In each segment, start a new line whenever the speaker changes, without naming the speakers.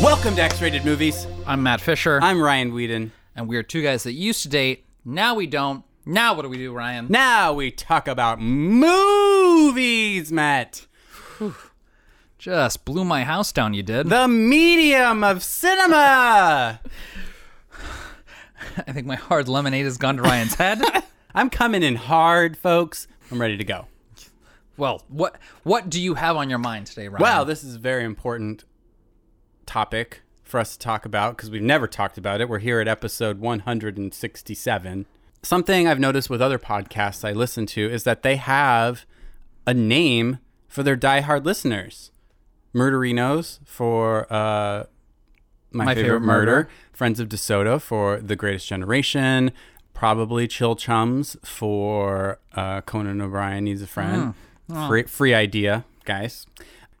Welcome to X Rated Movies.
I'm Matt Fisher,
I'm Ryan Whedon.
and we are two guys that used to date. Now we don't. Now what do we do, Ryan?
Now we talk about movies, Matt.
Just blew my house down. You did.
The medium of cinema.
I think my hard lemonade has gone to Ryan's head.
I'm coming in hard, folks. I'm ready to go.
well, what what do you have on your mind today, Ryan?
Wow, this is a very important topic for us to talk about because we've never talked about it. We're here at episode 167. Something I've noticed with other podcasts I listen to is that they have a name for their diehard listeners. Murderinos for uh, my, favorite, murder. Friends of DeSoto for The Greatest Generation, probably Chill Chums for uh, Conan O'Brien Needs a Friend. Free, free idea, guys.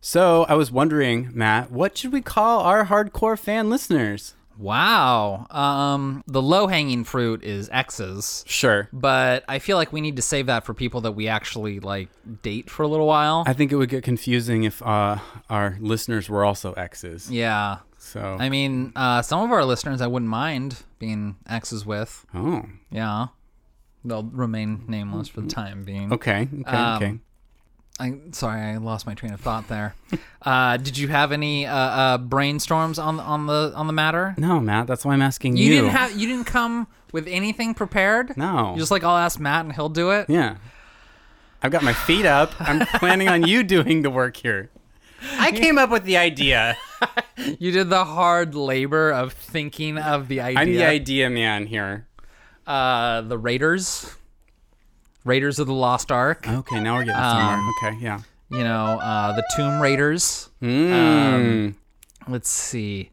So I was wondering, Matt, what should we call our hardcore fan listeners?
Wow. Um, the low hanging fruit is X's.
Sure.
But I feel like we need to save that for people that we actually like date for a little while.
I think it would get confusing if uh, our listeners were also exes.
yeah.
So,
I mean, uh, some of our listeners I wouldn't mind being exes with.
oh,
Yeah. They'll remain nameless for the time being.
okay, okay, okay.
I, sorry, I lost my train of thought there. uh, did you have any uh, uh, brainstorms on on the on the matter?
No, Matt, that's why I'm asking you.
You, didn't have you didn't come with anything prepared.
No.
You're just like I'll ask Matt and he'll do it.
yeah. I've got my feet up. I'm planning on you doing the work here. I came up with the idea.
You did the hard labor of thinking of the idea.
I'm the idea man here.
uh, the Raiders, Raiders of the Lost Ark.
Okay, now we're getting somewhere. Okay, yeah.
You know, uh, the Tomb Raiders.
uh,
Let's see.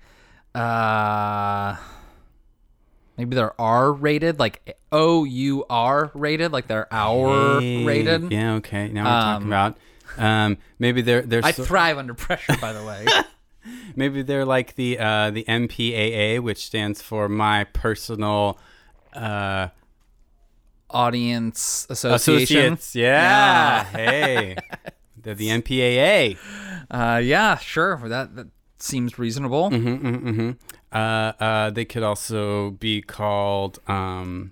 Uh maybe they're R rated, like O U R rated, like they're hour
Hey,
rated.
Mm. Yeah, okay. Now we're talking about um, maybe they're they're
I
so-
thrive under pressure, by the way.
maybe they're like the uh, the MPAA, which stands for my personal uh,
Audience association.
associates. Yeah. Hey, they're the MPAA.
Uh yeah, sure. That that seems reasonable.
Mm-hmm. Uh, uh, they could also be called. Um,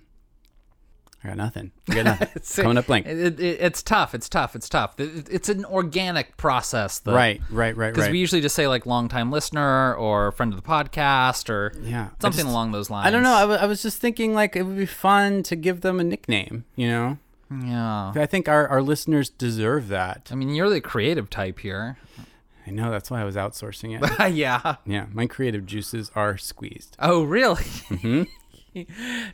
I got nothing. I got nothing.
It's-
Coming up blank.
It, it- it's tough. It's tough. It's tough. It- It's an organic process, though.
Right, right, right,
Because
right.
uh, we usually just say like longtime listener or friend of the podcast or
Yeah, I
something
just-
along those lines.
I don't know. I wa- I was just thinking like it would be fun to give them a nickname. You know,
Yeah.
I think our, our listeners deserve that.
I mean, you're the creative type here.
I know that's why I was outsourcing it.
yeah.
yeah, my creative juices are squeezed.
Oh, really?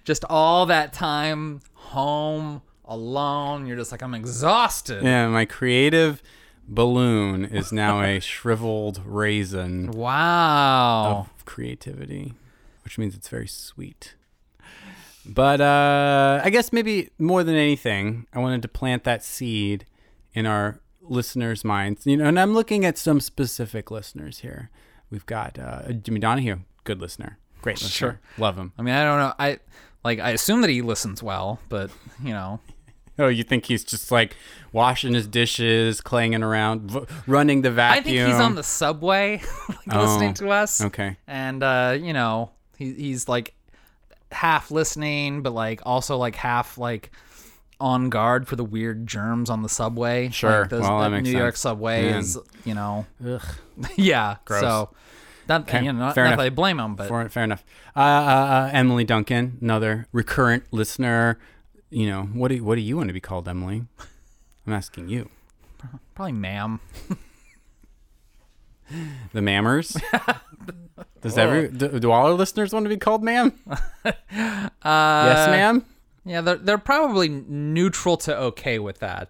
just all that time home alone. You're just like, I'm exhausted.
Yeah, my creative balloon is now a shriveled raisin
Wow.
of creativity, which means it's very sweet. But uh, I guess maybe more than anything, I wanted to plant that seed in our listeners' minds. You know, and I'm looking at some specific listeners here. We've got uh, Jimmy Donahue, good listener, great listener,
Sure.
love him.
I mean, I don't know. I like. I assume that he listens well, but you know,
Oh, you think he's just like washing his dishes, clanging around, v- running the vacuum?
I think he's on the subway, like, listening to us.
Okay.
And uh, you know, he, he's like half listening, but like also like half like on guard for the weird germs on the subway.
Sure.
Like,
Well, that makes
New York
sense.
subway
Man.
is, you know, yeah. So not, you know, not,
fair
not
enough.
that I blame him, but
Fair, fair enough. Uh, uh, uh, Emily Duncan, another recurrent listener. You know, what do what do you want to be called, Emily? I'm asking you.
probably ma'am.
The Mammers. Does every do, do all our listeners want to be called ma'am? uh, yes, ma'am.
Yeah, they're they're probably neutral to okay with that.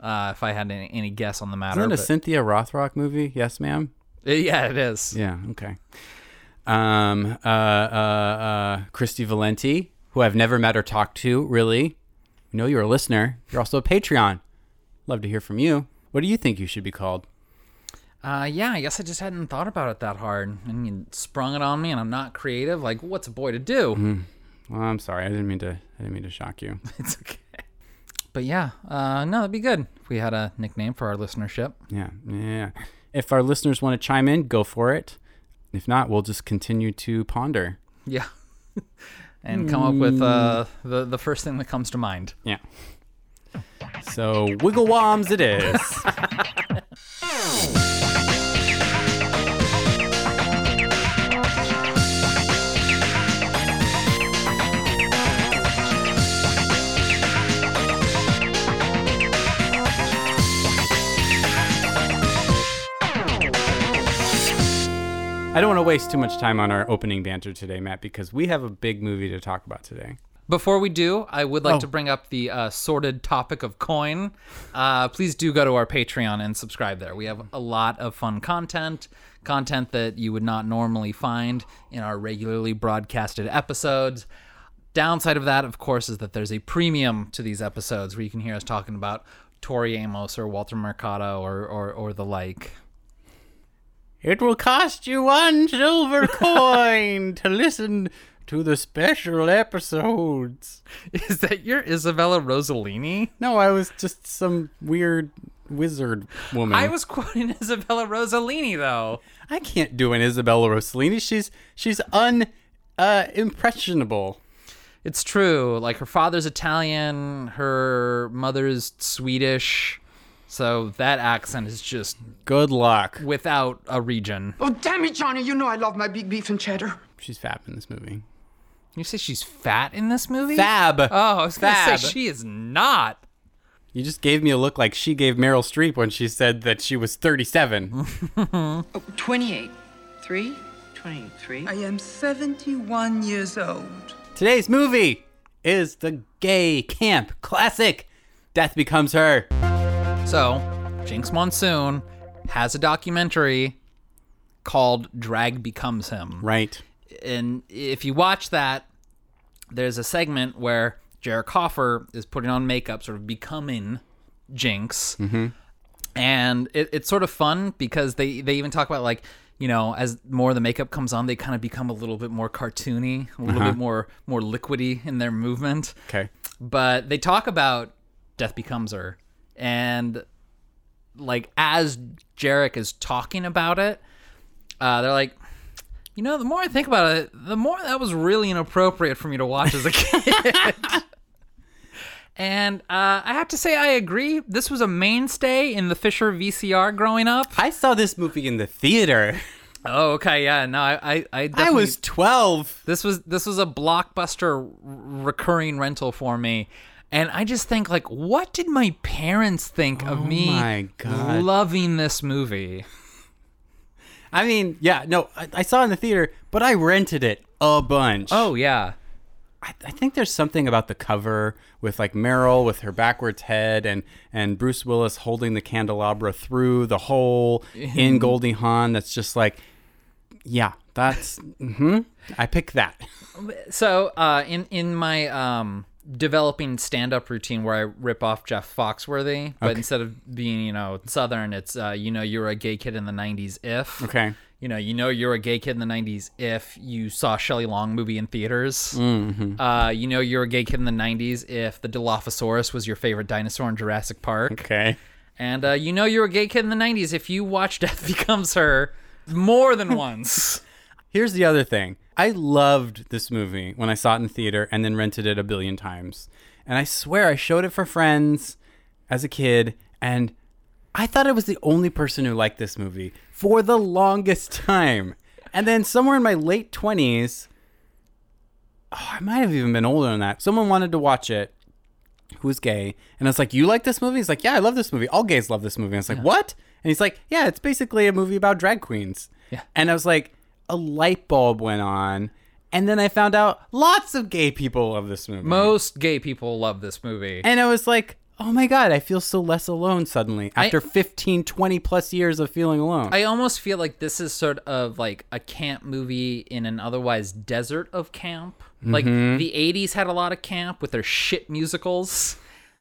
Uh, if I had any, any guess on the matter,
Mm-hmm, Isn't it a
but-
Cynthia Rothrock movie? Yes, ma'am.
yeah, it is.
Yeah. Okay. Um. Uh. Uh. uh Christy Valenti, who I've never met or talked to, really. We know you're a listener. You're also a Patreon. Love to hear from you. What do you think you should be called?
Uh, yeah, I guess I just hadn't thought about it that hard, and you sprung it on me, and I'm not creative. Like, what's a boy to do?
Well, I'm sorry. I didn't mean to. I didn't mean to shock you.
It's okay. But yeah, uh, no, that'd be good if we had a nickname for our listenership.
Yeah. Yeah. If our listeners want to chime in, go for it. If not, we'll just continue to ponder.
Yeah. and come up with uh, the, the first thing that comes to mind.
Yeah. So wiggle woms it is. I don't want to waste too much time on our opening banter today, Matt, because we have a big movie to talk about today.
Before we do, I would like
Oh.
to bring up the uh, sordid topic of coin. Uh, please do go to our Patreon and subscribe there. We have a lot of fun content, content that you would not normally find in our regularly broadcasted episodes. Downside of that, of course, is that there's a premium to these episodes where you can hear us talking about Tori Amos or Walter Mercado or, or, or the like.
It will cost you one silver coin to listen to the special episodes.
Is that your Isabella Rossellini?
No, I was just some weird wizard woman.
I was quoting Isabella Rossellini, though.
I can't do an Isabella Rossellini. She's she's un uh, impressionable.
It's true. Like her father's Italian, her mother's Swedish. So that accent is just
Good luck.
without a region.
Oh, damn it, Johnny. You know I love my big beef and cheddar.
She's fab in this movie.
You say she's fat in this movie?
Fab.
Oh, I was gonna
fab.
say she is not.
you just gave me a look like she gave Meryl Streep when she said that she was 37.
28. 3? 23.
I am 71 years old.
Today's movie is the gay camp classic. Death becomes her.
So, Jinx Monsoon has a documentary called Drag Becomes Him.
Right.
and if you watch that, there's a segment where Jared Coffer is putting on makeup, sort of becoming Jinx, and it, it's sort of fun because they they even talk about like you know as more of the makeup comes on, they kind of become a little bit more cartoony, a little bit more more liquidy in their movement
Okay.
but they talk about death becomes her and like as jarek is talking about it uh, they're like you know the more i think about it the more that was really inappropriate for me to watch as a kid and uh, i have to say i agree this was a mainstay in the fisher vcr growing up
I saw this movie in the theater.
oh okay yeah no i i, I,
I
definitely-
was 12.
this was this was a blockbuster r- recurring rental for me and i just think like what did my parents think of me
Oh my God.
loving this movie
I mean, yeah, no, I, I saw it in the theater, but I rented it a bunch.
oh yeah
I, I think there's something about the cover with like Meryl with her backwards head and and Bruce Willis holding the candelabra through the hole in Goldie Hawn. That's just like, yeah, that's hmm I pick that.
so uh in in my um developing stand-up routine where i rip off jeff foxworthy but instead of being you know southern it's uh you know you're a gay kid in the 90s if
Okay.
you know, you know you're a gay kid in the 90s if you saw Shelley Long movie in theaters.
Mm-hmm.
Uh, you know you're a gay kid in the 90s if the Dilophosaurus was your favorite dinosaur in Jurassic Park.
Okay.
And uh, you know you're a gay kid in the 90s if you watch Death Becomes Her more than once.
Here's the other thing. I loved this movie when I saw it in theater and then rented it a billion times. And I swear I showed it for friends as a kid and I thought I was the only person who liked this movie for the longest time. And then somewhere in my late 20s, oh, I might have even been older than that. Someone wanted to watch it who was gay. And I was like, You like this movie? He's like, Yeah, I love this movie. All gays love this movie. And I was like, What? And he's like, Yeah, it's basically a movie about drag queens.
Yeah.
And I was like, A light bulb went on. And then I found out lots of gay people love this movie.
Most gay people love this movie.
And I was like, oh my God, I feel so less alone suddenly after 15, 20 plus years of feeling alone.
I almost feel like this is sort of like a camp movie in an otherwise desert of camp. Like
Mm-hmm.
the 80s had a lot of camp with their shit musicals.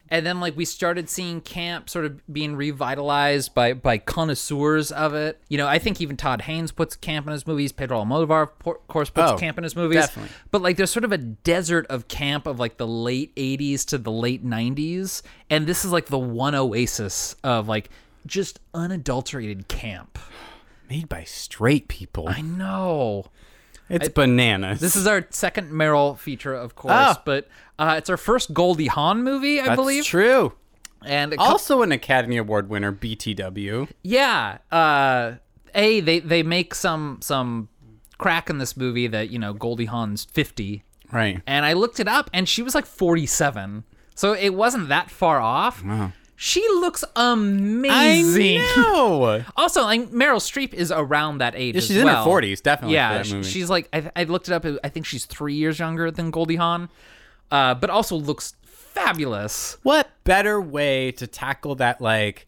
And then like we started seeing camp sort of being revitalized by by connoisseurs of it. You know, I think even Todd Haynes puts camp in his movies. Pedro Almodovar, of por- course, puts
Oh,
camp in his movies.
definitely.
But like there's sort of a desert of camp of like the late 80s to the late 90s. And this is like the one oasis of like just unadulterated camp.
Made by straight people.
I know.
It's bananas.
This is our second Meryl feature, of course,
Ah.
but uh, it's our first Goldie Hawn movie, I
That's
believe.
true.
And it co-
Also an Academy Award winner, BTW.
yeah, uh, a they they make some some crack in this movie that you know Goldie Hawn's fifty,
Right.
and I looked it up, and she was like forty seven, so it wasn't that far off. She looks amazing.
I know.
Also, like Meryl Streep is around that age.
Yeah,
as
she's in her
well.
40s, definitely,
Yeah,
for that
sh-
movie.
she's like I, th- I looked it up. I think she's three years younger than Goldie Hawn, uh, but also looks fabulous.
what better way to tackle that like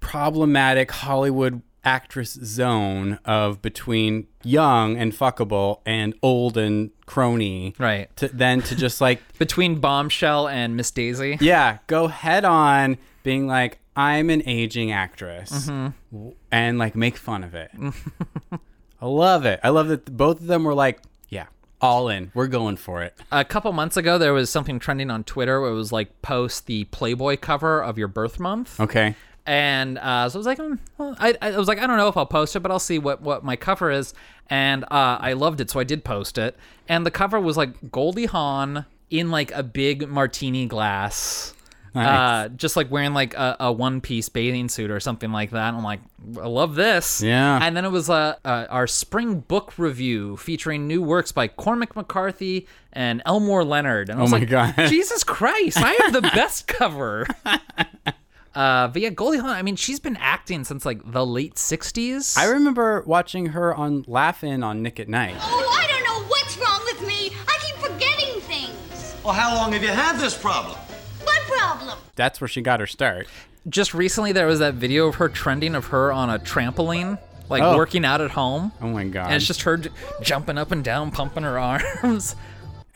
problematic Hollywood actress zone of between young and fuckable and old and crony,
Right.
To, than to just like,
Between Bombshell and Miss Daisy,
yeah, go head on, being like, I'm an aging actress,
Mm-hmm.
W- and like make fun of it. I love it. I love that both of them were like, yeah, all in. We're going for it.
a couple months ago there was something trending on Twitter where it was like post the Playboy cover of your birth month.
Okay.
and uh, so I was like, hmm, well, I, I was like, I don't know if I'll post it, but I'll see what what my cover is. And uh, I loved it, so I did post it. And the cover was like Goldie Hawn in like a big martini glass. Uh, just like wearing like a, a one piece bathing suit or something like that. And I'm like, I love this.
Yeah.
And then it was uh, uh, our spring book review featuring new works by Cormac McCarthy and Elmore Leonard. And I was
Oh my
like,
God.
Jesus Christ, I have the best cover. Uh, but yeah, Goldie Hawn. I mean, she's been acting since like the late '60s.
I remember watching her on Laugh-In on Nick at Night.
Oh, I don't know what's wrong with me. I keep forgetting things.
Well, how long have you had this problem?
What problem?
That's where she got her start.
just recently there was that video of her trending of her on a trampoline, like
Oh.
working out at home,
Oh my god!
and it's just her j- jumping up and down, pumping her arms.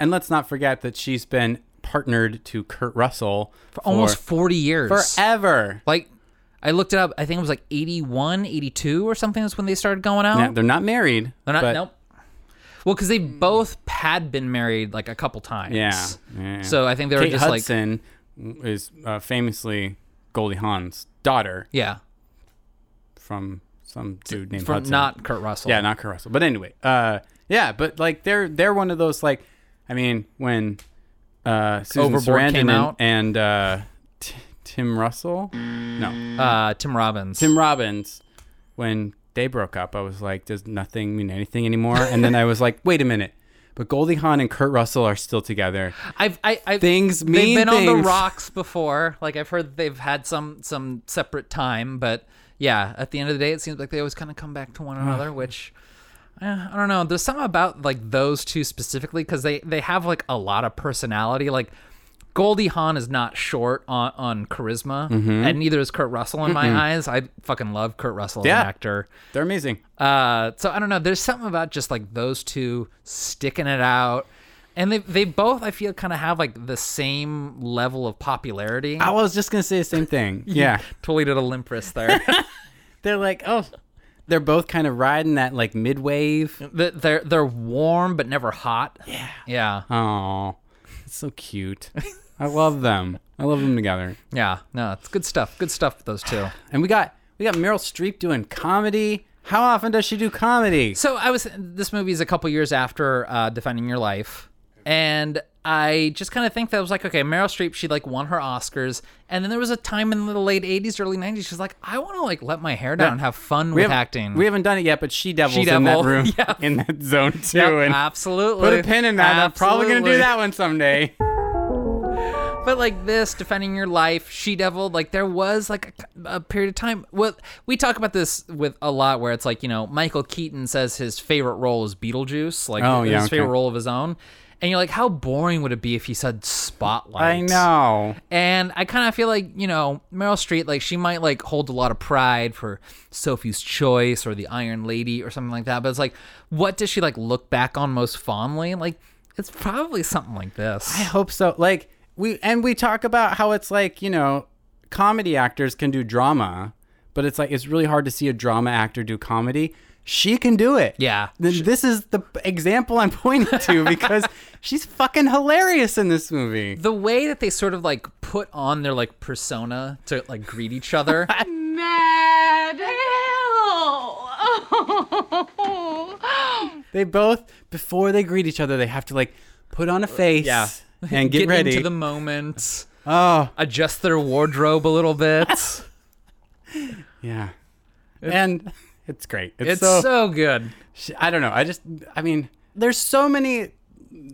And let's not forget that she's been partnered to Kurt Russell for
Almost 40 years.
forever.
Like, I looked it up. I think it was like 81, 82 or something is when they started going out.
Yeah, they're not married.
They're not.
but-
nope. Well, because they both had been married like a couple times.
Yeah, yeah.
So I think they were
Kate
just like,
Hudson is uh, famously Goldie Hawn's daughter
yeah,
from some dude named
from
Hudson.
not Kurt Russell.
Yeah, not Kurt Russell. But anyway, uh, yeah, but like they're they're one of those like, I mean, when uh, Susan
Overboard
Sarandon
came
and,
out?
and uh, T- Tim Russell, no,
Uh, Tim Robbins.
Tim Robbins, when they broke up, I was like, does nothing mean anything anymore? And then I was like, wait a minute, but Goldie Hawn and Kurt Russell are still together.
I've I, I've
Things mean
They've been on the
things.
rocks before. Like I've heard they've had some some separate time, but yeah, at the end of the day, it seems like they always kind of come back to one another. Which eh, I don't know. There's something about like those two specifically because they they have like a lot of personality. Like Goldie Hawn is not short on on charisma,
Mm-hmm.
and neither is Kurt Russell in my eyes. I fucking love Kurt Russell as
Yeah.
an actor.
They're amazing.
Uh, so I don't know. There's something about just like those two sticking it out, and they they both I feel kind of have like the same level of popularity.
I was just gonna say the same thing. Yeah,
totally did a limp wrist there.
they're like, oh, they're both kind of riding that like mid wave.
They- they're they're warm but never hot. Yeah. Yeah.
Oh, it's so cute. I love them. I love them together.
Yeah. No, it's good stuff. Good stuff. with Those two.
And we got we got Meryl Streep doing comedy. How often does she do comedy?
So I was. This movie is a couple years after uh, Defining Your Life, and I just kind of think that I was like, okay, Meryl Streep, she like won her Oscars, and then there was a time in the late '80s, early '90s, she's like, I want to like let my hair down and have fun
we
with
haven't-
acting.
We haven't done it yet, but she devil's
She
in that
Devil,
room
yeah.
in that zone too.
Yep,
and
absolutely
put a pin in that. I'm probably gonna do
Absolutely.
that one someday.
But like this, defending your life, she devil. Like there was like a, a period of time. Well, we talk about this with a lot, where it's like you know Michael Keaton says his favorite role is Beetlejuice, like
Oh,
his
yeah, okay.
favorite role of his own. And you're like, how boring would it be if he said Spotlight?
I know.
And I kind of feel like you know Meryl Streep, like she might like hold a lot of pride for Sophie's Choice or The Iron Lady or something like that. But it's like, what does she like look back on most fondly? Like it's probably something like this.
I hope so. Like we and we talk about how it's like you know, comedy actors can do drama, but it's like it's really hard to see a drama actor do comedy. She can do it.
Yeah.
Th- This is the example I'm pointing to because she's fucking hilarious in this movie.
the way that they sort of like put on their like persona to like greet each other
Mad hell!
They both before they greet each other, they have to like put on a face
Yeah.
and get, ready.
into the moment.
oh,
Adjust their wardrobe a little bit. it's
yeah. and it's great. It's,
so,
so,
good.
I don't know. I just I mean, there's so many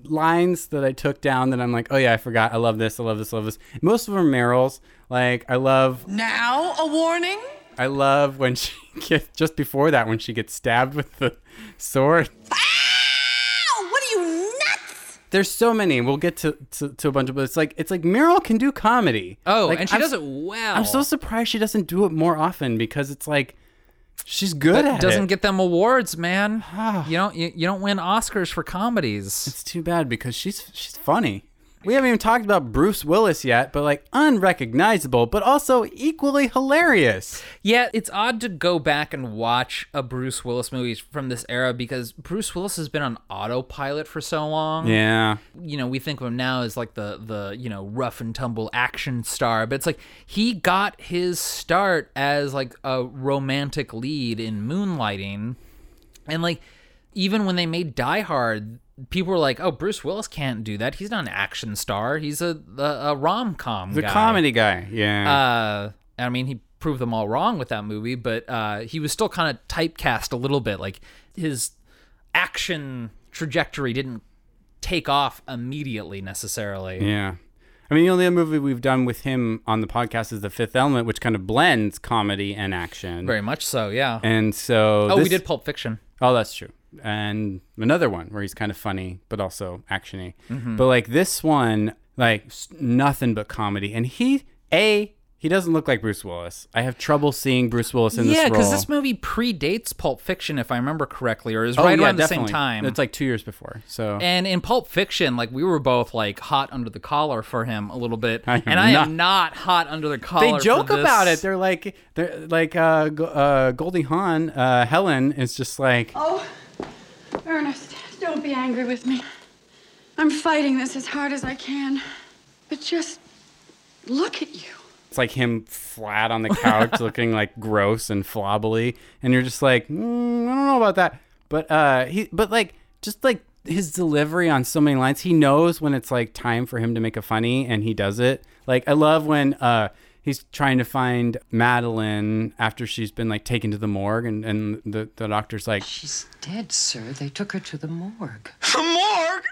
lines that I took down that I'm like, "Oh yeah, I forgot. I love this. I love this. I love this." Most of them are Meryl's. Like, I love
Now a warning?
I love when she gets just before that when she gets stabbed with the sword.
Ow! What are you nuts?
There's so many. We'll get to, to, to a bunch of, but it's like it's like Meryl can do comedy.
Oh,
Like,
and she
I'm-
does it well.
I'm so surprised she doesn't do it more often because it's like she's good at
doesn't
it. Ah.
get them awards, man. you don't you, you don't win Oscars for comedies.
it's too bad because she's she's funny. We haven't even talked about Bruce Willis yet, but like unrecognizable, but also equally hilarious.
Yeah, it's odd to go back and watch a Bruce Willis movie from this era because Bruce Willis has been on autopilot for so long.
Yeah.
You know, we think of him now as like the the, you know, rough and tumble action star, but it's like he got his start as like a romantic lead in Moonlighting. And like even when they made Die Hard, people were like, "Oh, Bruce Willis can't do that. He's not an action star. He's a a, a rom-com
The
guy."
comedy guy. Yeah.
uh, I mean, he proved them all wrong with that movie, but uh, he was still kind of typecast a little bit. Like his action trajectory didn't take off immediately necessarily.
yeah. I mean, the only other movie we've done with him on the podcast is The Fifth Element, which kind of blends comedy and action.
Very much so, yeah.
And so
oh, we
this-
did Pulp Fiction.
Oh, that's true. And another one where he's kind of funny, but also actiony. But like this one, like s- nothing but comedy. And he, a, he doesn't look like Bruce Willis. I have trouble seeing Bruce Willis in
yeah,
this role.
because this movie predates Pulp Fiction, if I remember correctly, or is right around the same time.
Oh, It's like two years before. So
and in Pulp Fiction, like we were both like hot under the collar for him a little bit,
I am
and I am
not-
not hot under the collar.
they
for
joke about
this.
it. They're like, they're like uh, Go- uh, Goldie Hawn, uh, Helen is just like,
Oh, Ernest, don't be angry with me. I'm fighting this as hard as I can. But just look at you.
it's like him flat on the couch looking like gross and flobbly and you're just like mm, i don't know about that but uh he but like just like his delivery on so many lines he knows when it's like time for him to make a funny and he does it like i love when uh he's trying to find madeline after she's been like taken to the morgue and and the, the doctor's like
She's dead, sir. They took her to the morgue.
The morgue?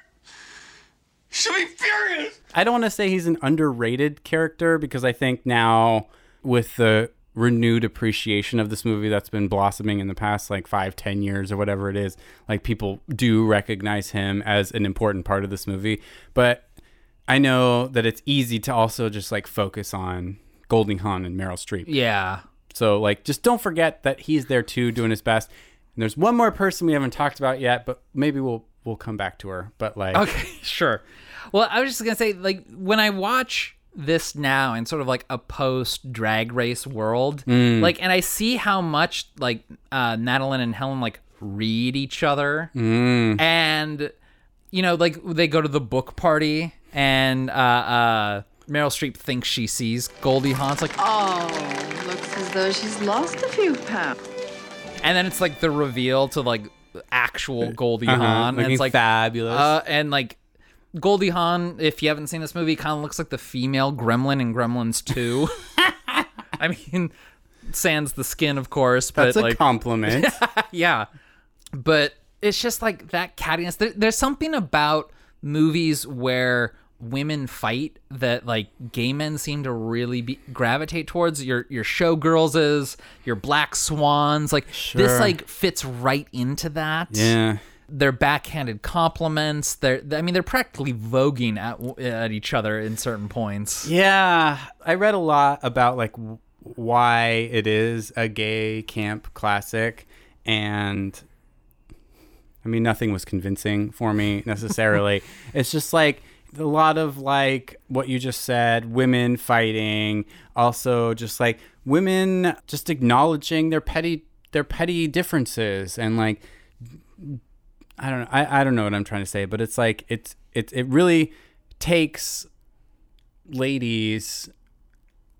She'll be furious.
I don't want to say he's an underrated character because I think now with the renewed appreciation of this movie that's been blossoming in the past like five, ten years or whatever it is, like people do recognize him as an important part of this movie. But I know that it's easy to also just like focus on Goldie Hawn and Meryl Streep.
Yeah.
So like just don't forget that he's there too doing his best. And there's one more person we haven't talked about yet, but maybe we'll we'll come back to her. But like
Okay, sure. Well, I was just gonna say, like, when I watch this now in sort of like a post drag race world,
Mm.
like, and I see how much like uh, Madeline and Helen like read each other,
Mm.
and you know, like they go to the book party, and uh, uh, Meryl Streep thinks she sees Goldie Hawn's like,
Oh, looks as though she's lost a few pounds.
and then it's like the reveal to like actual Goldie
uh-huh,
Hawn, and
looking
it's like
fabulous.
Uh, and like Goldie Hawn, if you haven't seen this movie, kind of looks like the female gremlin in Gremlins 2. I mean, sans the skin, of course, but
that's a
like,
compliment.
yeah. But it's just like that cattiness. There, there's something about movies where women fight that like gay men seem to really be, gravitate towards your your showgirlses, your black swans. Like this
Sure.
like fits right into that
Yeah.
their backhanded compliments. They're, I mean, they're practically voguing at at each other in certain points.
Yeah. I read a lot about like w- why it is a gay camp classic and I mean nothing was convincing for me necessarily. it's just like a lot of like what you just said, women fighting, also just like women just acknowledging their petty their petty differences and like I don't know. I, I don't know what I'm trying to say, but it's like it's it it really takes ladies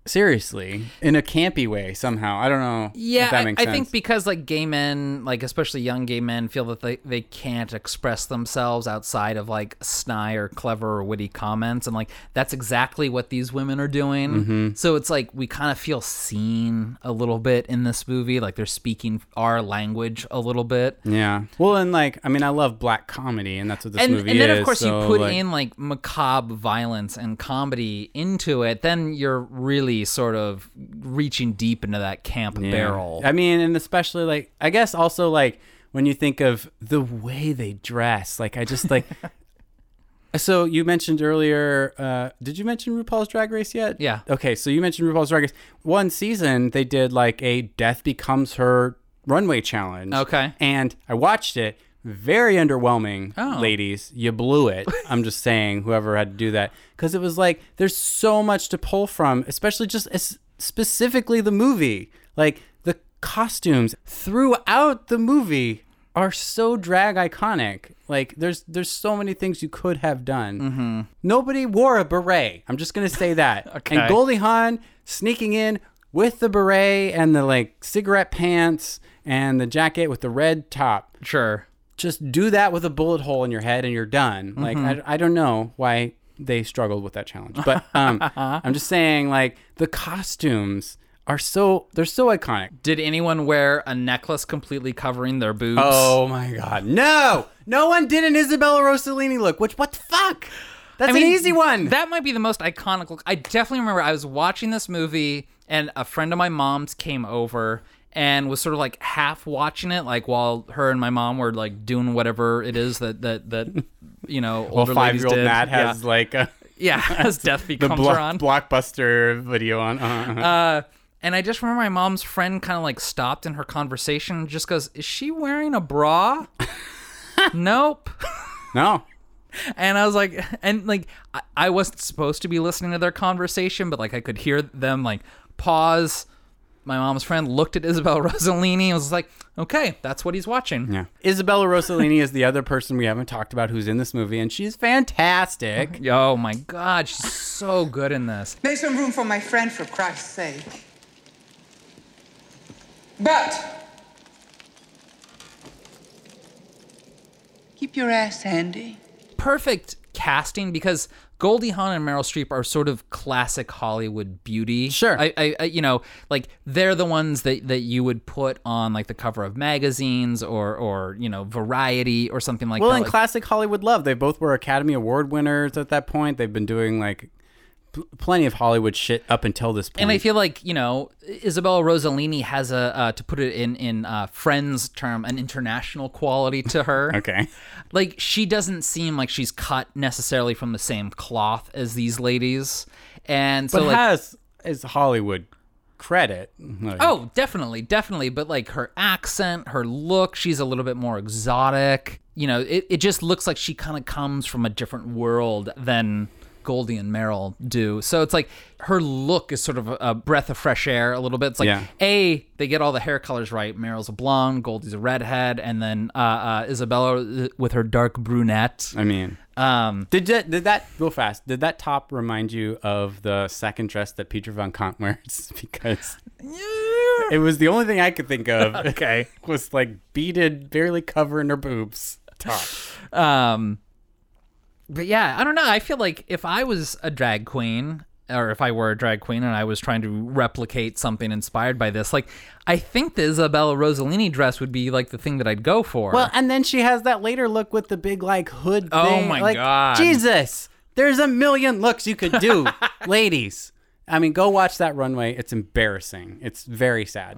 Seriously, in a campy way somehow. I don't know.
Yeah,
if that
I,
makes
I
sense.
think because like gay men, like especially young gay men, feel that they, they can't express themselves outside of like snide or clever or witty comments, and like that's exactly what these women are doing.
Mm-hmm.
So it's like we kind of feel seen a little bit in this movie, like they're speaking our language a little bit.
Yeah. Well, and like, I mean, I love black comedy, and that's what this
and,
movie
and
is.
then of course
so,
you put
like-
in like macabre violence and comedy into it then you're really sort of reaching deep into that camp
Yeah.
barrel
I mean, and especially like, I guess also like when you think of the way they dress, like I just like. So you mentioned earlier. Uh, did you mention RuPaul's Drag Race yet?
Yeah.
Okay, so you mentioned RuPaul's Drag Race. One season they did like a Death Becomes Her runway challenge.
Okay.
And I watched it. Very underwhelming,
Oh.
ladies. You blew it. I'm just saying, whoever had to do that, because it was like there's so much to pull from, especially just as specifically the movie. Like the costumes throughout the movie are so drag iconic. Like there's there's so many things you could have done.
Mm-hmm.
Nobody wore a beret. I'm just gonna say that.
Okay.
And Goldie Hawn sneaking in with the beret and the like cigarette pants and the jacket with the red top.
sure
Just do that with a bullet hole in your head and you're done. Like
Mm-hmm.
I, I don't know why they struggled with that challenge, but um,
Uh-huh.
I'm just saying like the costumes are so they're so iconic.
Did anyone wear a necklace completely covering their boobs?
Oh my god. No! No one did an Isabella Rossellini look, which what the fuck? That's
I mean,
an easy one.
That might be the most iconic look. I definitely remember I was watching this movie and a friend of my mom's came over and was sort of like half watching it, like while her and my mom were like doing whatever it is that that that you know
well,
older
five
ladies
year old
did.
Matt has like a,
yeah, yeah as death
the
becomes
blo-
her on.
blockbuster video on. Uh-huh. uh-huh.
And I just remember my mom's friend kind of like stopped in her conversation and just goes, "Is she wearing a bra?" nope.
no.
And I was like, and like, I, I wasn't supposed to be listening to their conversation, but like, I could hear them like pause. My mom's friend looked at Isabel Rossellini and was like, okay, that's what he's watching.
Yeah. Isabella Rossellini is the other person we haven't talked about who's in this movie, and she's fantastic.
Oh my God, she's so good in this.
Make some room for my friend, for Christ's sake. But keep your ass handy.
Perfect casting because Goldie Hawn and Meryl Streep are sort of classic Hollywood beauty.
Sure.
I, I, I you know, like they're the ones that, that you would put on like the cover of magazines or, or, you know, variety or something like
Well,
that.
in
Like,
classic Hollywood love, they both were Academy Award winners at that point. They've been doing like pl- plenty of Hollywood shit up until this point.
And I feel like you know Isabella Rossellini has a uh, to put it in in uh, Friends term an international quality to her.
okay.
like she doesn't seem like she's cut necessarily from the same cloth as these ladies, and so
But
like
has is Hollywood credit. Like,
oh definitely definitely, but like her accent, her look, she's a little bit more exotic. You know, it it just looks like she kind of comes from a different world than. Goldie and Meryl do. So it's like her look is sort of a, a breath of fresh air a little bit. It's like
Yeah.
A, they get all the hair colors right. Meryl's a blonde, Goldie's a redhead, and then uh, uh, Isabella uh, with her dark brunette.
I mean,
Um,
Did that, did that real fast? Did that top remind you of the second dress that Peter von Kant wears? Because it was the only thing I could think of. okay, was like beaded, barely covering her boobs. Top.
um, but yeah, I don't know. I feel like if I was a drag queen, or if I were a drag queen and I was trying to replicate something inspired by this, like I think the Isabella Rossellini dress would be like the thing that I'd go for.
Well, and then she has that later look with the big like hood.
Oh
thing.
my
Like,
God.
Jesus! There's a million looks you could do, ladies. I mean, go watch that runway. It's embarrassing. It's very sad.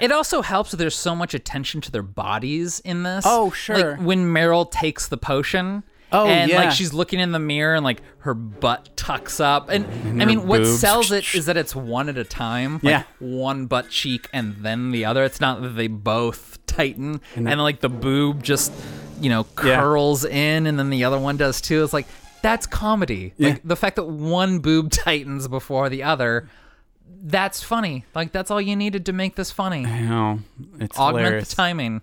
It also helps that there's so much attention to their bodies in this.
Oh, sure.
Like when Meryl takes the potion.
Oh,
and
yeah.
like she's looking in the mirror and like her butt tucks up. And, I mean, what
boobs.
sells it is that it's one at a time. Like,
Yeah.
One butt cheek and then the other. It's not that they both tighten and, like the boob just, you know,
Yeah.
curls in and then the other one does too. It's like, that's comedy. Like the fact that one boob tightens before the other. That's funny. Like that's all you needed to make this funny
I know. It's
augment
hilarious.
the timing.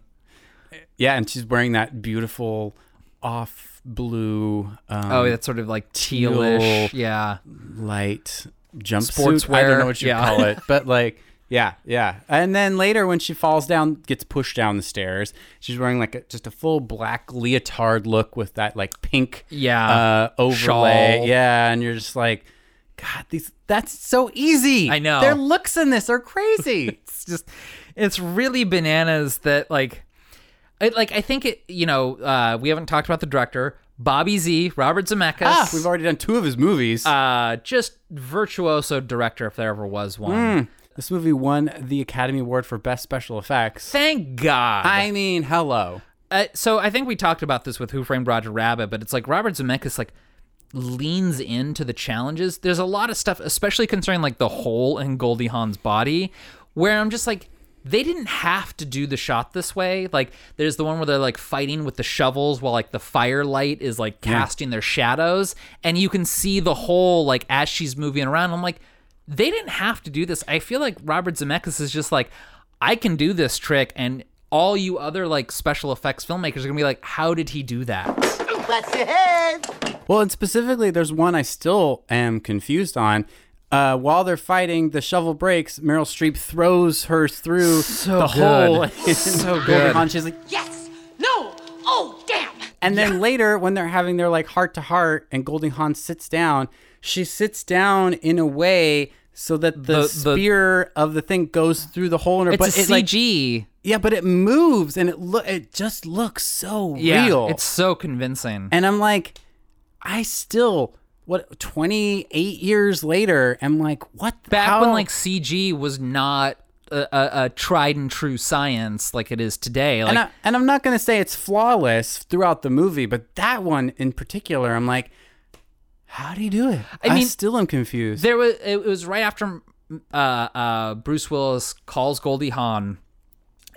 Yeah, and she's wearing that beautiful um, off blue um,
Oh, that's sort of like tealish.
teal.
Yeah.
light jumpsuit. I don't know
Sportswear,
what you
yeah.
call it, but like, yeah, yeah. And then later, when she falls down, gets pushed down the stairs. She's wearing like a, just a full black leotard look with that like pink,
Yeah,
uh, overlay,
shawl.
yeah. And you're just like, God, these. That's so easy.
I know.
their looks in this are crazy.
it's just it's really bananas that like it like I think it you know uh we haven't talked about the director Bobby Z Robert Zemeckis
ah, we've already done two of his movies.
uh just virtuoso director if there ever was one
this movie won the Academy Award for Best Special Effects.
thank god
I mean, hello.
uh, so I think we talked about this with Who Framed Roger Rabbit, but it's like Robert Zemeckis like leans into the challenges. There's a lot of stuff, especially concerning like the hole in Goldie Hawn's body, where I'm just like, they didn't have to do the shot this way. Like, there's the one where they're like fighting with the shovels while like the firelight is like casting their shadows, and you can see the hole like as she's moving around. I'm like, they didn't have to do this. I feel like Robert Zemeckis is just like, I can do this trick, and all you other like special effects filmmakers are gonna be like, how did he do that?
Well, and specifically, there's one I still am confused on. Uh, while they're fighting, the shovel breaks. Meryl Streep throws her through the hole.
good. So
Goldie
good.
Hawn, she's like,
Yes! No! Oh, damn!
and then later, when they're having their like heart to heart, and Goldie Hawn sits down, she sits down in a way so that the,
The- the-
spear of the thing goes through the hole in her.
It's
but
a
it, like-
CG.
yeah, but it moves and it look. It just looks so
yeah,
real.
it's so convincing.
And I'm like, I still what 28 years later am like, what the-
Back
how-
when like CG was not a, a, a tried and true science like it is today. Like
and, I, and I'm not gonna say it's flawless throughout the movie, but that one in particular, I'm like, how do you do it?
I mean-
still am confused.
There was it was right after uh, uh, Bruce Willis calls Goldie Hawn,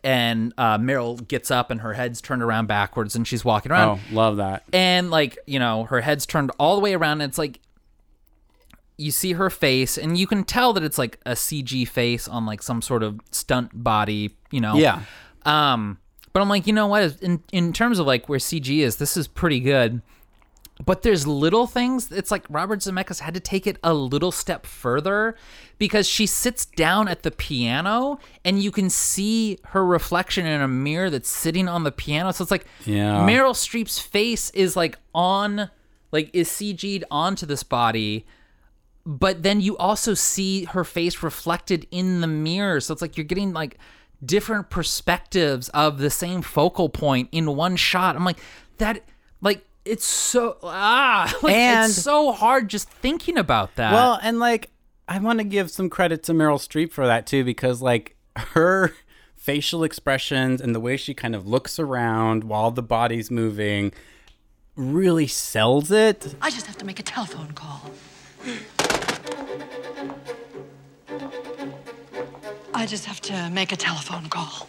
and uh, Meryl gets up and her head's turned around backwards and she's walking around.
oh, love that.
and like you know her head's turned all the way around and it's like you see her face and you can tell that it's like a cg face on like some sort of stunt body you know
Yeah.
um but i'm like you know what in, in terms of like where cg is this is pretty good but there's little things it's like robert zemeckis had to take it a little step further because she sits down at the piano and you can see her reflection in a mirror that's sitting on the piano so it's like
Yeah.
meryl streep's face is like on like is cg'd onto this body but then you also see her face reflected in the mirror so it's like you're getting like different perspectives of the same focal point in one shot i'm like that like it's so ah like,
And-
it's so hard just thinking about that
Well, and like I want to give some credit to Meryl Streep for that too, because like her facial expressions and the way she kind of looks around while the body's moving really sells it.
I just have to make a telephone call. I just have to make a telephone call.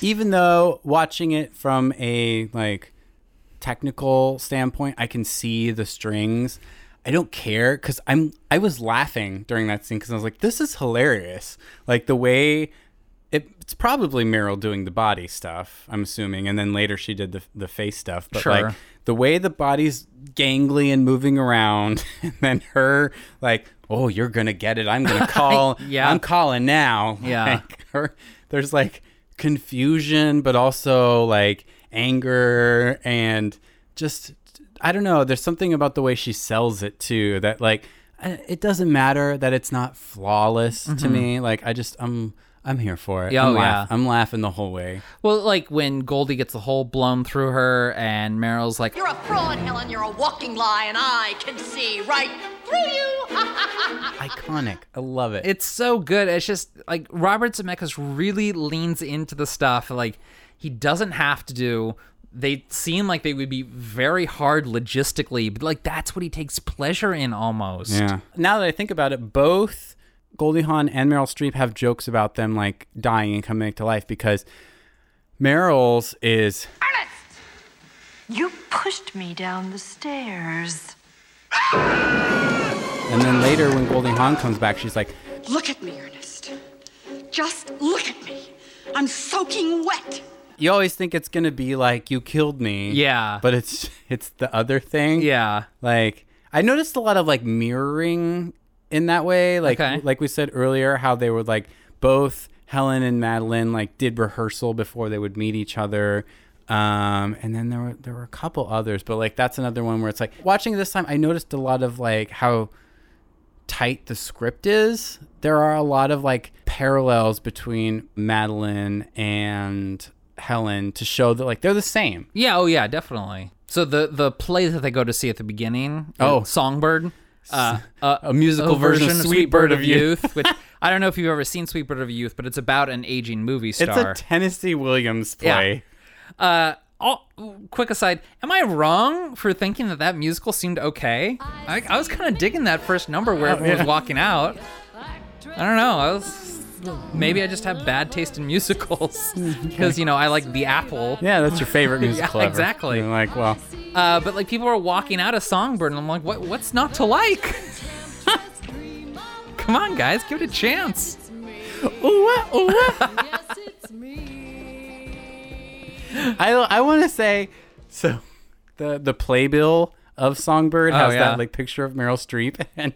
Even though watching it from a like technical standpoint, I can see the strings. I don't care because I'm I was laughing during that scene because I was like, this is hilarious. Like the way it, it's probably Meryl doing the body stuff, I'm assuming, and then later she did the the face stuff. But
Sure.
like the way the body's gangly and moving around, and then her like, oh, you're gonna get it. I'm gonna call.
Yeah.
I'm calling now.
Yeah.
Like, her, there's like confusion, but also like anger and just I don't know. There's something about the way she sells it too that like I- it doesn't matter that it's not flawless to me. Like I just I'm I'm here for it.
Yeah,
I'm
oh,
laugh-
yeah.
I'm laughing the whole way.
well like when goldie gets the hole blown through her and meryl's like
You're a fraud, Helen. You're a walking lie, and I can see right through you.
Iconic. I love it.
it's so good. It's just like Robert Zemeckis really leans into the stuff like he doesn't have to do. They seem like they would be very hard logistically, but like that's what he takes pleasure in almost.
Yeah. Now that I think about it, both Goldie Hawn and Meryl Streep have jokes about them like dying and coming back to life because Meryl's is
You pushed me down the stairs.
And then later, when Goldie Hawn comes back, she's like,
Look at me, Ernest. Just look at me. I'm soaking wet.
"You always think it's gonna be like you killed me."
Yeah.
But it's it's the other thing.
Yeah.
Like I noticed a lot of like mirroring in that way. Like
Okay.
like we said earlier, how they were like both Helen and Madeline like did rehearsal before they would meet each other. Um, and then there were there were a couple others, but like that's another one where it's like watching this time I noticed a lot of like how tight the script is, there are a lot of like parallels between Madeline and Helen to show that like they're the same.
Yeah, oh yeah, definitely. So the the play that they go to see at the beginning,
Oh.
uh, Songbird, uh,
a musical version of Sweet Bird of Youth.
which I don't know if you've ever seen Sweet Bird of Youth, but it's about an aging movie
It's
star.
a Tennessee Williams play.
uh, all, quick aside, am I wrong for thinking that that musical seemed okay? I, I was kind of digging that first number where everyone was walking out. I don't know. I was maybe I just have bad taste in musicals because you know I like The Apple.
Yeah, that's your favorite musical ever.
exactly.
And, like, well,
Uh, but like people are walking out of Songbird, and I'm like, what? What's not to like? Come on, guys, give it a chance.
I I want to say so the the playbill of Songbird has
yeah.
that like picture of Meryl Streep and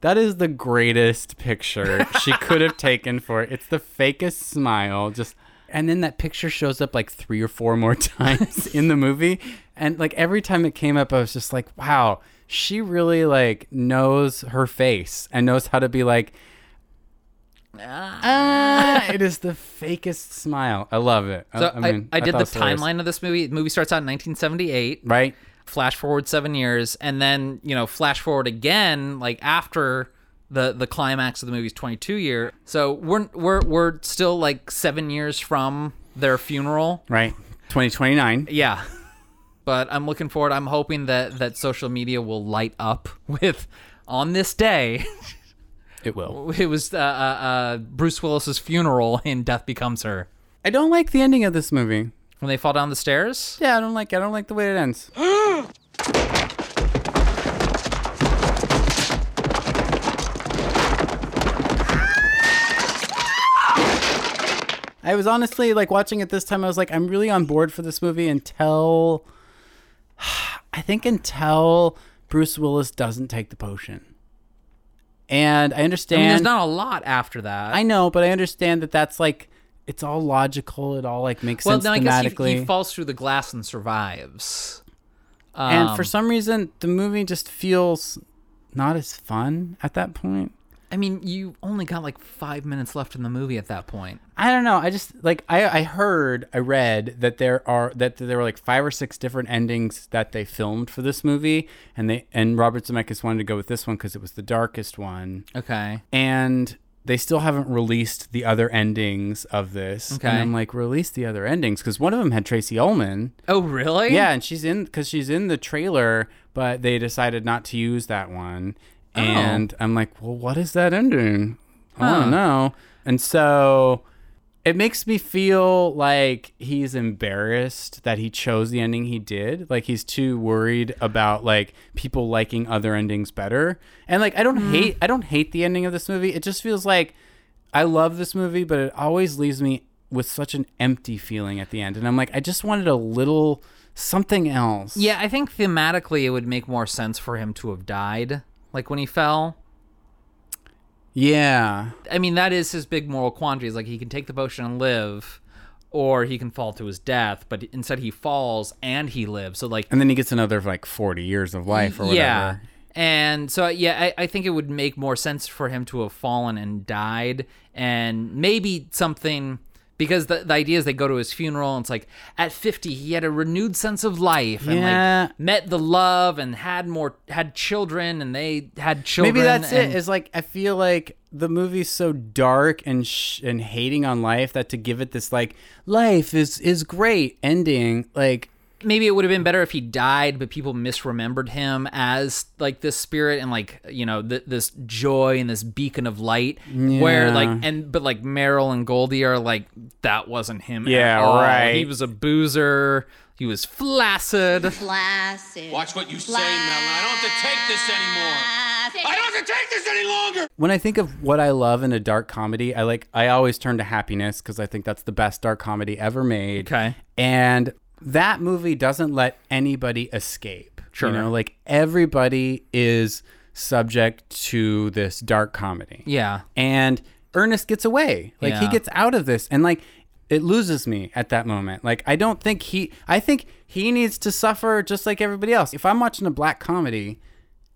that is the greatest picture she could have taken for it. It's the fakest smile just and then that picture shows up like three or four more times in the movie and like every time it came up I was just like wow she really like knows her face and knows how to be like ah, it is the fakest smile. I love it.
So
I, I mean,
I, did
thought
the
it was hilarious.
timeline of this movie. The movie starts out in 1978.
right?
Flash forward seven years, and then you know, flash forward again, like after the the climax of the movie's 22 year. So we're we're we're still like seven years from their funeral.
Right. 2029.
Yeah. But I'm looking forward. I'm hoping that that social media will light up with on this day.
It will.
It was uh, uh, uh, Bruce Willis's funeral in Death Becomes Her.
I don't like the ending of this movie.
When they fall down the stairs,
Yeah, I don't like. I don't like the way it ends. I was honestly like watching it this time. I was like, I'm really on board for this movie until I think until Bruce Willis doesn't take the potion. And I
I
understand.
mean, there's not a lot after that.
I know, but I understand that that's like it's all logical. It all like makes
well,
sense
then I guess
thematically.
he, he falls through the glass and survives. Um,
and for some reason, the movie just feels not as fun at that point.
I mean, you only got like five minutes left in the movie at that point.
I don't know. I just like I, I heard I read that there are that there were like five or six different endings that they filmed for this movie, and they and Robert Zemeckis wanted to go with this one because it was the darkest one.
Okay.
and they still haven't released the other endings of this.
Okay.
And I'm like, release the other endings because one of them had Tracy Ullman.
Oh, really?
Yeah, and she's in because she's in the trailer, but they decided not to use that one. And I'm like, well, what is that ending? I don't know. And so it makes me feel like he's embarrassed that he chose the ending he did. Like he's too worried about like people liking other endings better. And like I don't
Hmm.
hate I don't hate the ending of this movie. It just feels like I love this movie, but it always leaves me with such an empty feeling at the end. And I'm like, I just wanted a little something else.
Yeah, I think thematically it would make more sense for him to have died, like when he fell.
Yeah.
I mean, that is his big moral quandary. Is like he can take the potion and live, or he can fall to his death. But instead, he falls and he lives. So like,
And then he gets another like 40 years of life or whatever.
yeah. And so yeah, I, I think it would make more sense for him to have fallen and died, and maybe something because the the idea is they go to his funeral and it's like at fifty he had a renewed sense of life and
Yeah.
like met the love and had more had children and they had children.
Maybe that's
and,
it. Is like I feel like the movie's so dark and sh- and hating on life that to give it this like life is is great ending like
maybe it would have been better if he died, but people misremembered him as like this spirit and like you know th- this joy and this beacon of light. Where like and but like Meryl and Goldie are like that wasn't him. at
Yeah,
all.
right.
He was a boozer. He was flaccid.
Placid.
Watch what you say, Madeline. I don't have to take this anymore.
Placid.
I don't have to take this any longer.
when I think of what I love in a dark comedy, I like I always turn to Happiness because I think that's the best dark comedy ever made.
Okay.
and that movie doesn't let anybody escape.
Sure.
You know, like everybody is subject to this dark comedy.
Yeah.
And Ernest gets away. Like he
Yeah.
gets out of this and like it loses me at that moment. Like I don't think he I think he needs to suffer just like everybody else. If I'm watching a black comedy,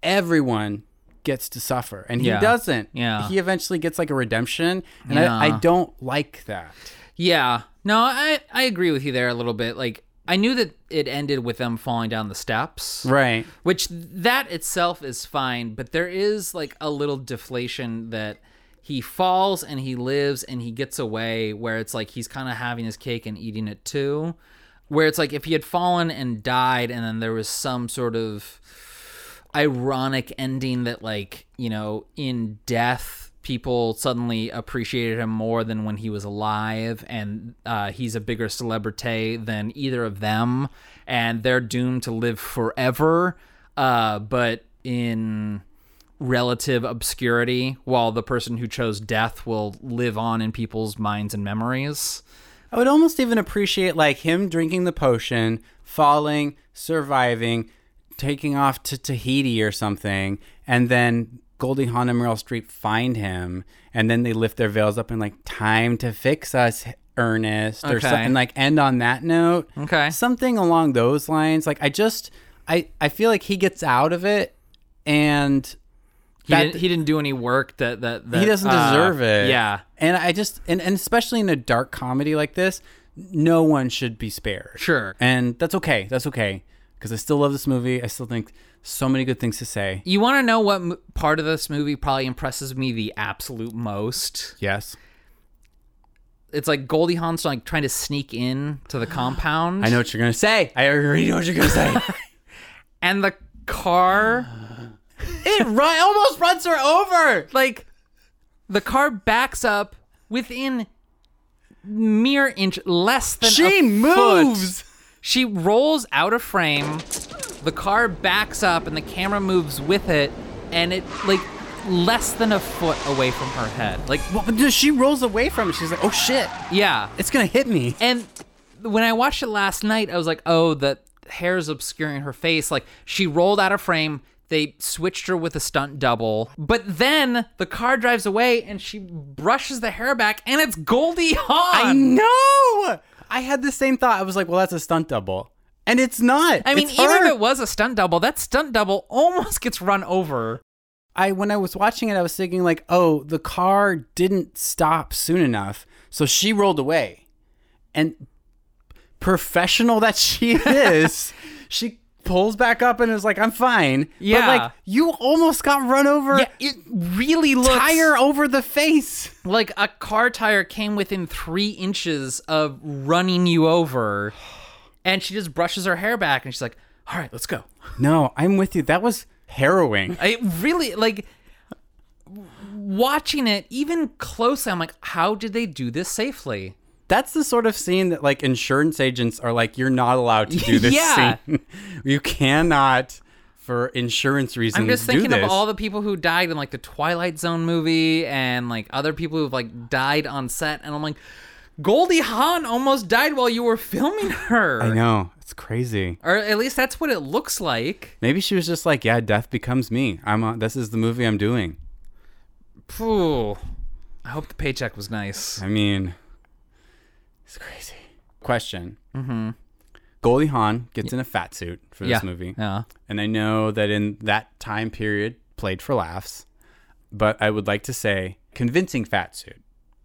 everyone gets to suffer and he
Yeah.
doesn't.
Yeah.
He eventually gets like a redemption and
Yeah.
I, I don't like that.
Yeah. No, I I agree with you there a little bit. Like I knew that it ended with them falling down the steps.
Right.
Which that itself is fine, but there is like a little deflation that he falls and he lives and he gets away where it's like he's kind of having his cake and eating it too. Where it's like if he had fallen and died and then there was some sort of ironic ending that like, you know, in death people suddenly appreciated him more than when he was alive and uh, he's a bigger celebrity than either of them and they're doomed to live forever uh, but in relative obscurity while the person who chose death will live on in people's minds and memories
I would almost even appreciate like him drinking the potion, falling, surviving, taking off to Tahiti or something, and then Goldie Hawn and Meryl Streep find him, and then they lift their veils up and like time to fix us, Ernest, or
Okay.
something like end on that note.
Okay.
something along those lines. Like I just, I I feel like he gets out of it, and
he,
That-
didn't, he didn't do any work that that, that
he doesn't
uh,
deserve it.
yeah
And I just and, and especially in a dark comedy like this, no one should be spared.
Sure.
And that's okay. That's okay. Because I still love this movie. I still think so many good things to say.
you want to know what m- part of this movie probably impresses me the absolute most
Yes.
it's like Goldie Hawn's like trying to sneak in to the compound.
I know what you're gonna say. I already know what you're gonna say.
And the car,
it run, almost runs her over.
like, the car backs up within mere inch, less than
She
a
moves.
foot. She rolls out of frame. The car backs up, and the camera moves with it, and it like less than a foot away from her head. Like,
Well, but she rolls away from it. She's like, "Oh shit,
yeah,
it's gonna hit me."
And when I watched it last night, I was like, oh, the hair's obscuring her face. Like, she rolled out of frame. They switched her with a stunt double. But then the car drives away and she brushes the hair back, and it's Goldie
I
Hawn.
know. I had the same thought. I was like, "Well, that's a stunt double," and it's not.
I mean,
It's
even
her.
if it was a stunt double, that stunt double almost gets run over.
I when I was watching it, I was thinking like, oh, the car didn't stop soon enough, so she rolled away, and professional that she is, she pulls back up and is like, I'm fine.
Yeah.
but like you almost got run over.
Yeah, it really looks
Tire over the face.
like a car tire came within three inches of running you over, and she just brushes her hair back and she's like, "All right, let's go."
No, I'm with you. That was harrowing.
I really like watching it even close. I'm like, how did they do this safely?
That's the sort of scene that like insurance agents are like, you're not allowed to do this
Yeah.
scene. you cannot, for insurance reasons,
I'm just
do
thinking
this.
of all the people who died in like the Twilight Zone movie and like other people who've like died on set, and I'm like, Goldie Hawn almost died while you were filming her.
I know it's crazy.
Or at least that's what it looks like.
Maybe she was just like, yeah, death becomes me. I'm uh, this is the movie I'm doing.
Phew. I hope the paycheck was nice.
I mean, it's crazy. Question. Mm-hmm. Goldie Hawn gets in a fat suit for this
yeah.
movie,
Yeah.
and I know that in that time period, played for laughs. But I would like to say, convincing fat suit.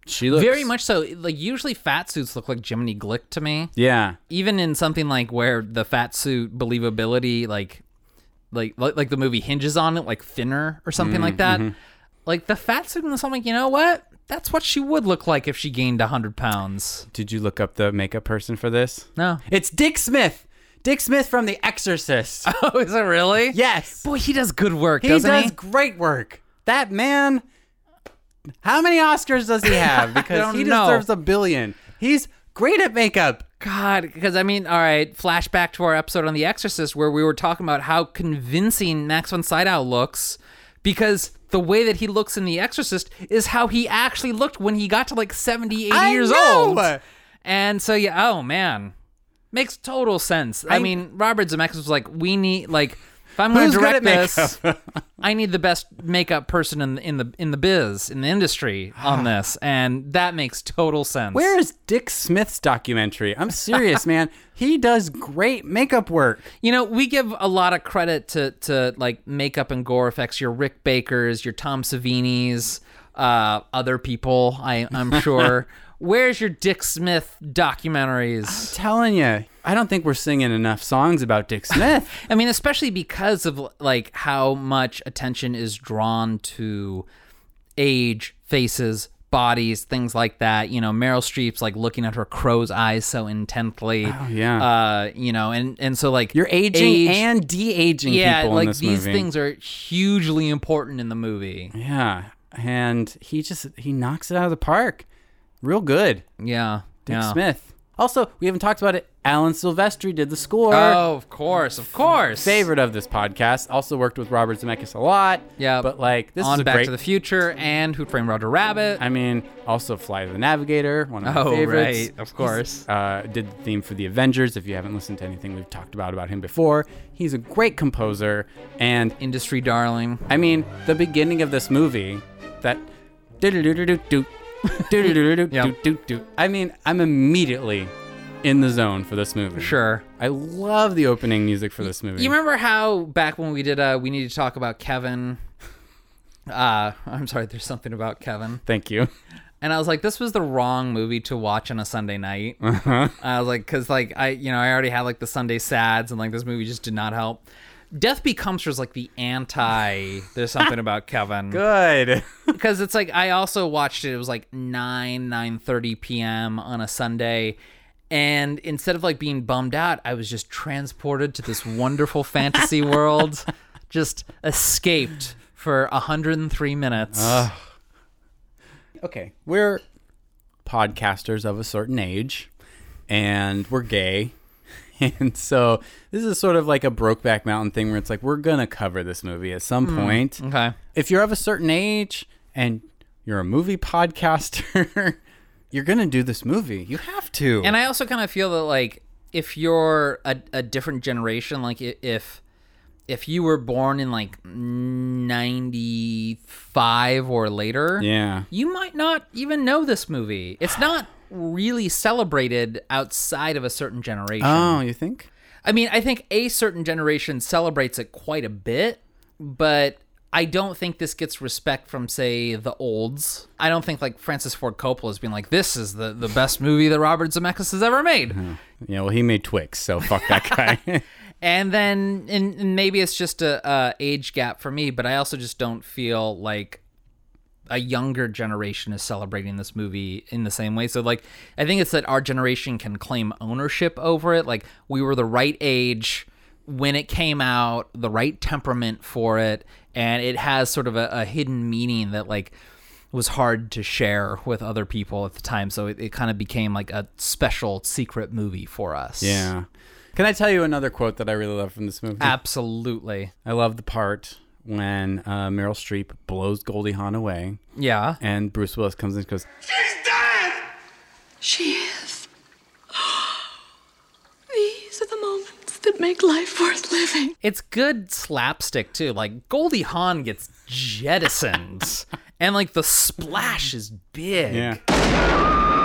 She looks
Very much so. Like usually fat suits look like Jiminy Glick to me.
Yeah,
even in something like where the fat suit believability like like like, like the movie hinges on it like thinner or something
Mm,
like that
mm-hmm.
like the fat suit in this i'm like you know what that's what she would look like if she gained 100 pounds
Did you look up the makeup person for this?
no
It's Dick Smith. Dick Smith from The Exorcist.
oh is it really
yes.
boy he does good work
He
doesn't
does
he
great work. That man. How many Oscars does he have? Because
don't
he
know.
deserves a billion. He's great at makeup.
God, because I mean, all right, flashback to our episode on The Exorcist where we were talking about how convincing Max von Sydow looks because the way that he looks in The Exorcist is how he actually looked when he got to like 70, 80
I
years
know!
old. And so, yeah, oh man, makes total sense. I, mean, Robert Zemeckis was like, we need, like, If I'm going
Who's
to
good
direct
at makeup?
this, I need the best makeup person in the, in the in the biz in the industry on this, and that makes total sense.
Where is Dick Smith's documentary? I'm serious, man. He does great makeup work.
You know, we give a lot of credit to to like makeup and gore effects. Your Rick Bakers, your Tom Savini's, uh, other people. I, I'm sure. Where's your Dick Smith documentaries?
telling you, I don't think we're singing enough songs about Dick Smith.
I mean, especially because of like how much attention is drawn to age, faces, bodies, things like that. You know, Meryl Streep's like looking at her crow's eyes so intently. Oh
yeah.
Uh, you know, and and so like
You're aging
age-
and de-aging
yeah,
people
like
in this
these
movie.
things are hugely important in the movie.
yeah, and he just he knocks it out of the park, real good.
Yeah,
Dick
yeah.
Smith. Also, we haven't talked about it. Alan Silvestri did the score.
Oh, of course, of course.
Favorite of this podcast. Also worked with Robert Zemeckis a lot.
Yeah,
but like this
on
is a
Back
great.
to the Future and Who Framed Roger Rabbit.
I mean, also Fly the Navigator, one of my
oh,
favorites.
right, of course.
uh, did the theme for the Avengers. If you haven't listened to anything we've talked about about him before, he's a great composer. And
Industry darling.
I mean, the beginning of this movie, that do-do-do-do-do-do, do-do-do-do-do-do-do. I mean, I'm immediately in the zone for this movie.
Sure.
I love the opening music for this movie.
You remember how back when we did uh we need to talk about Kevin uh I'm sorry there's something about Kevin
Thank you.
and I was like this was the wrong movie to watch on a Sunday night. I was like cuz like I you know I already had like the Sunday sads and like this movie just did not help. Death Becomes Her is like the anti there's something about Kevin
Good.
because it's like I also watched it. It was like nine nine thirty p.m. on a Sunday, and instead of like being bummed out, I was just transported to this wonderful fantasy world, just escaped for hundred and three minutes.
okay, we're podcasters of a certain age, and we're gay, and so this is sort of like a Brokeback Mountain thing where it's like we're gonna cover this movie at some point.
okay,
If you're of a certain age and you're a movie podcaster, you're gonna do this movie. You have to.
and I also kind of feel that like if you're a, a different generation, like i- if if you were born in like ninety five or later,
yeah.
you might not even know this movie. It's not really celebrated outside of a certain generation.
Oh, you think?
I mean, I think a certain generation celebrates it quite a bit, but I don't think this gets respect from, say, the olds. I don't think like Francis Ford Coppola is being like, "This is the the best movie that Robert Zemeckis has ever made."
Yeah. Well, he made Twix, so fuck that guy.
and then and and maybe it's just a, a age gap for me but i also just don't feel like a younger generation is celebrating this movie in the same way so like i think it's that our generation can claim ownership over it like we were the right age when it came out the right temperament for it and it has sort of a, a hidden meaning that like was hard to share with other people at the time so it, it kind of became like a special secret movie for us
yeah. Can I tell you another quote that I really love from this movie?
absolutely
I love the part when uh, Meryl Streep blows Goldie Hawn away,
Yeah.
and Bruce Willis comes in and goes,
She's dead!
She is. These are the moments that make life worth living.
It's good slapstick too. Like Goldie Hawn gets jettisoned and like the splash is big.
"Yeah,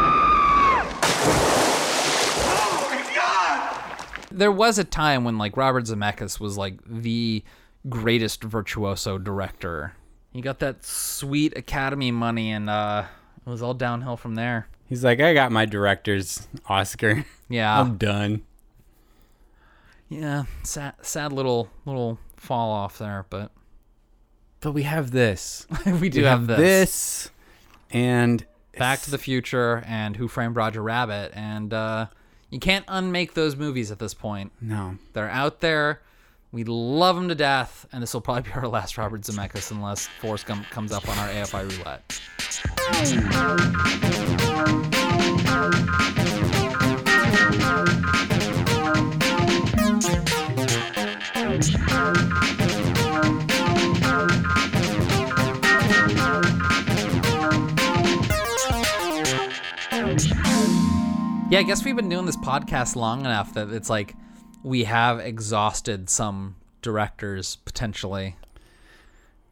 Oh my god!
There was a time when like Robert Zemeckis was like the greatest virtuoso director. He got that sweet Academy money and uh it was all downhill from there.
he's like, I got my director's Oscar.
Yeah.
I'm done."
yeah. Sad sad little little fall off there, but
But we have this.
we do
we
have,
this. and
Back to the Future and Who Framed Roger Rabbit, and uh, you can't unmake those movies at this point.
no,
They're out there. We love them to death, and this will probably be our last Robert Zemeckis unless Forrest Gump comes up on our AFI roulette. Yeah, I guess we've been doing this podcast long enough that it's like we have exhausted some directors potentially.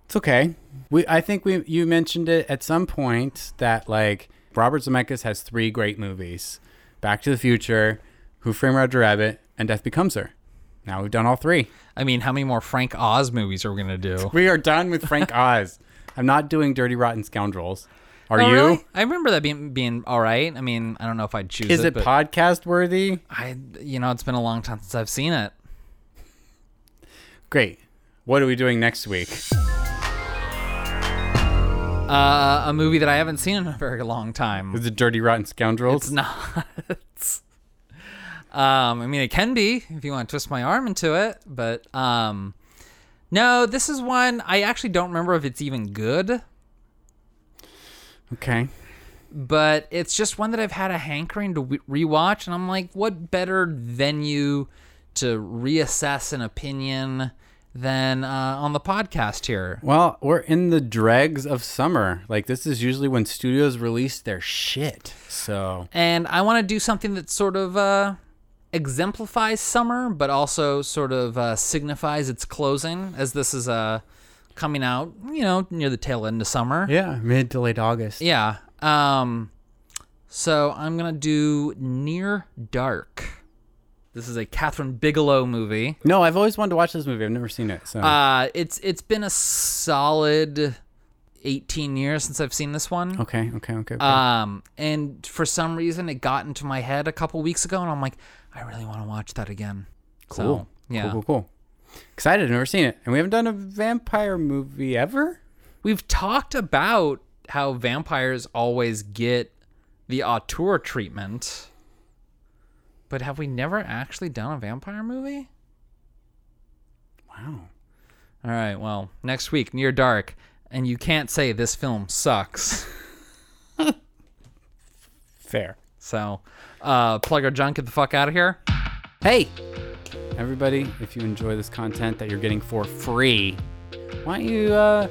It's okay. We I think we you mentioned it at some point that like Robert Zemeckis has three great movies: Back to the Future, Who Framed Roger Rabbit, and Death Becomes Her. Now we've done all three.
I mean, how many more Frank Oz movies are we gonna do?
We are done with Frank Oz. I'm not doing Dirty Rotten Scoundrels. Are you?
I remember that being being all right. I mean, I don't know if I'd choose
Is it,
but
podcast worthy?
I you know it's been a long time since I've seen it.
Great. What are we doing next week?
Uh, a movie that I haven't seen in a very long time.
Is it Dirty Rotten Scoundrels?
It's not. um, I mean, it can be if you want to twist my arm into it, but um, no, this is one I actually don't remember if it's even good,
Okay.
but it's just one that I've had a hankering to w- rewatch, and I'm like, what better venue to reassess an opinion than uh, on the podcast here?
Well, we're in the dregs of summer. Like this is usually when studios release their shit. So
and I want to do something that sort of uh, exemplifies summer, but also sort of uh, signifies its closing, as this is uh, coming out, you know, near the tail end of summer.
yeah, mid to late August.
Yeah. Um, so I'm gonna do Near Dark. This is a Catherine Bigelow movie.
No, I've always wanted to watch this movie. I've never seen it. So
Uh, it's it's been a solid 18 years since I've seen this one.
okay, okay, okay. okay.
Um, and for some reason, it got into my head a couple weeks ago, and I'm like, I really want to watch that again. So,
cool.
yeah,
Cool, cool, cool. Excited. I've never seen it, and we haven't done a vampire movie ever.
we've talked about how vampires always get the auteur treatment, but have we never actually done a vampire movie?
Wow.
All right, well, next week, Near Dark, and you can't say this film sucks.
Fair.
So, uh, plug our junk, get the fuck out of here.
Hey, everybody! If you enjoy this content that you're getting for free, why don't you uh,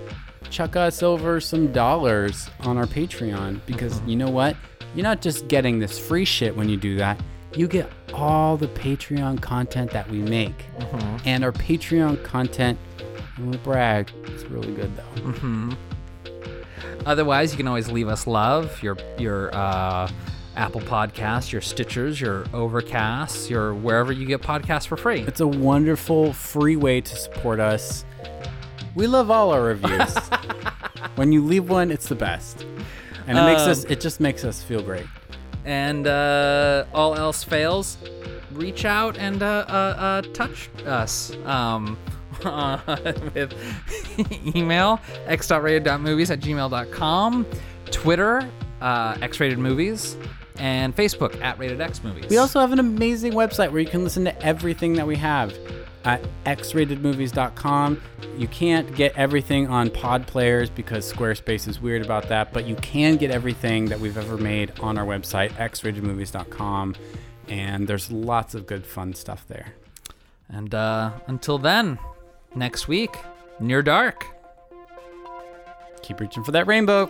chuck us over some dollars on our Patreon? Because you know what? You're not just getting this free shit when you do that. You get all the Patreon content that we make, and our Patreon content. I'm gonna brag. It's really good though.
Otherwise, you can always leave us love. Your your uh, Apple Podcasts, your Stitchers, your Overcasts, your wherever you get podcasts for free.
It's a wonderful free way to support us. We love all our reviews. when you leave one, it's the best. And it makes us it just makes us feel great.
And uh, all else fails, reach out and uh, uh, uh, touch us. Um, with email x.rated.movies at gmail.com, Twitter, uh, x-rated movies, and Facebook at rated x movies.
We also have an amazing website where you can listen to everything that we have at xratedmovies.com. You can't get everything on pod players because Squarespace is weird about that, but you can get everything that we've ever made on our website, xratedmovies.com. And there's lots of good fun stuff there.
and uh, until then, next week, near dark.
Keep reaching for that rainbow.